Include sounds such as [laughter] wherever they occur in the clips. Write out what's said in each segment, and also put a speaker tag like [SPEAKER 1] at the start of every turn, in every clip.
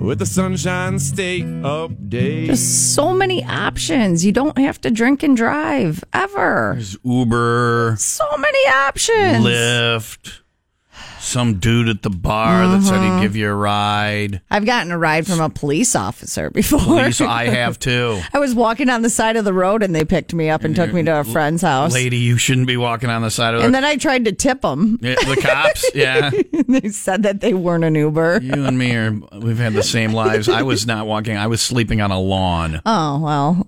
[SPEAKER 1] with the Sunshine State update.
[SPEAKER 2] Just so many options. You don't have to drink and drive ever.
[SPEAKER 3] There's Uber,
[SPEAKER 2] So many options.
[SPEAKER 3] Lyft, some dude at the bar that said
[SPEAKER 2] Uh-huh.
[SPEAKER 3] he'd give you a ride.
[SPEAKER 2] I've gotten a ride from a police officer before. [laughs]
[SPEAKER 3] Police, I have too.
[SPEAKER 2] I was walking on the side of the road and they picked me up and took me to a friend's house.
[SPEAKER 3] Lady, you shouldn't be walking on the side of
[SPEAKER 2] And
[SPEAKER 3] the,
[SPEAKER 2] then I tried to tip them.
[SPEAKER 3] Yeah, the
[SPEAKER 2] [laughs]
[SPEAKER 3] cops. Yeah.
[SPEAKER 2] they said that they weren't an Uber.
[SPEAKER 3] You and me are, we've had the same lives. I was not walking, I was sleeping on a lawn.
[SPEAKER 2] Oh, well.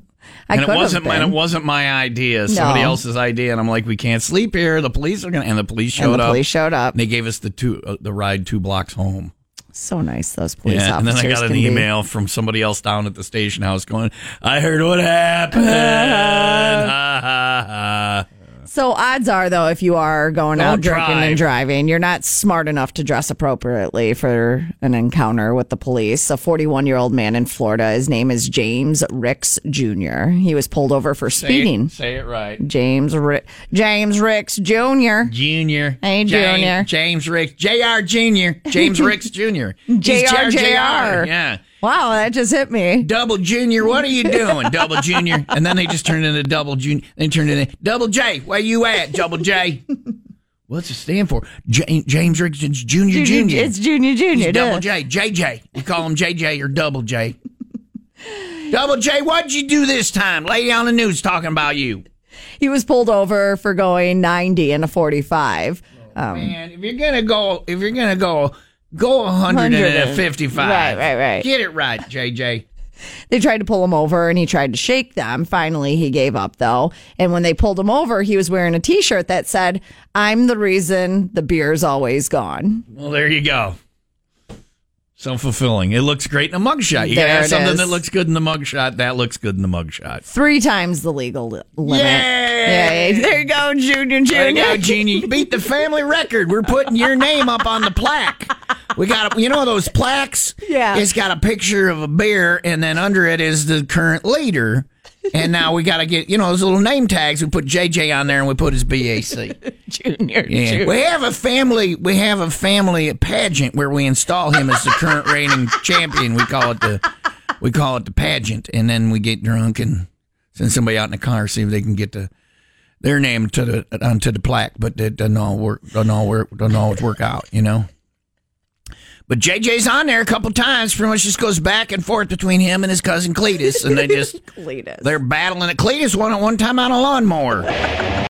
[SPEAKER 2] I
[SPEAKER 3] and it
[SPEAKER 2] could have
[SPEAKER 3] wasn't my,
[SPEAKER 2] been.
[SPEAKER 3] it wasn't my idea, somebody else's idea. And I'm like, we can't sleep here. The police are going to, and the police
[SPEAKER 2] and
[SPEAKER 3] showed
[SPEAKER 2] the
[SPEAKER 3] up.
[SPEAKER 2] police showed up.
[SPEAKER 3] And they gave us the two, uh, the ride two blocks home.
[SPEAKER 2] So nice those police
[SPEAKER 3] Yeah, and
[SPEAKER 2] officers.
[SPEAKER 3] then I got an
[SPEAKER 2] can be.
[SPEAKER 3] email from somebody else down at the station house going, I heard what happened. Ha, ha,
[SPEAKER 2] [laughs]
[SPEAKER 3] ha.
[SPEAKER 2] So odds are though, if you are going
[SPEAKER 3] Don't
[SPEAKER 2] out drinking
[SPEAKER 3] drive.
[SPEAKER 2] and driving, you're not smart enough to dress appropriately for an encounter with the police. A 41 year old man in Florida, his name is James Ricks Jr. He was pulled over for
[SPEAKER 3] [laughs] Say it-
[SPEAKER 2] speeding.
[SPEAKER 3] Say it right.
[SPEAKER 2] James Ri- James Ricks Jr.
[SPEAKER 3] Junior.
[SPEAKER 2] Hey, Junior.
[SPEAKER 3] James, James Ricks.
[SPEAKER 2] [laughs]
[SPEAKER 3] J.R. Junior. James Ricks Junior. He's
[SPEAKER 2] J.R.
[SPEAKER 3] JR. Yeah.
[SPEAKER 2] Wow, that just hit me.
[SPEAKER 3] Double Junior, what are you doing? Double Junior. And then they just turned into Double Junior. They turned into Double J. Where you at,
[SPEAKER 2] [laughs]
[SPEAKER 3] Double J? What's it stand for? J- James Ricks Junior Junior.
[SPEAKER 2] It's Junior Junior.
[SPEAKER 3] He's double
[SPEAKER 2] duh.
[SPEAKER 3] J, JJ. We call him JJ or Double J. [laughs] double J, what'd you do this time? Lady on the news talking about you.
[SPEAKER 2] He was pulled over for going 90 and a 45.
[SPEAKER 3] Man, if you're gonna go, if you're gonna go, go 155.
[SPEAKER 2] Right, right, right.
[SPEAKER 3] Get it right, JJ.
[SPEAKER 2] They tried to pull him over and he tried to shake them. Finally, he gave up though. And when they pulled him over, he was wearing a t shirt that said, I'm the reason the beer's always gone.
[SPEAKER 3] Well, there you go. So fulfilling. It looks great in a mugshot. You gotta
[SPEAKER 2] There
[SPEAKER 3] have
[SPEAKER 2] it
[SPEAKER 3] something
[SPEAKER 2] is.
[SPEAKER 3] that looks good in the mugshot. That looks good in the mugshot.
[SPEAKER 2] Three times the legal li- limit.
[SPEAKER 3] Yay!
[SPEAKER 2] Yay. There you go, Junior
[SPEAKER 3] There you go,
[SPEAKER 2] Junior.
[SPEAKER 3] Genie. You beat the family record. We're putting your name up on the plaque. We got, a, you know, those plaques.
[SPEAKER 2] Yeah.
[SPEAKER 3] It's got a picture of a beer, and then under it is the current leader. And now we got to get, you know, those little name tags. We put JJ on there, and we put his BAC.
[SPEAKER 2] Junior
[SPEAKER 3] Yeah. We have a family. We have a family pageant where we install him as the current [laughs] reigning champion. We call it the, we call it the pageant, and then we get drunk and send somebody out in a car see if they can get the, their name to the onto the plaque. But it doesn't all work. Doesn't all work. Doesn't always work out. You know. But JJ's on there a couple times. Pretty much just goes back and forth between him and his cousin Cletus, and they just
[SPEAKER 2] Cletus.
[SPEAKER 3] they're battling it. Cletus won it one time on a lawnmower.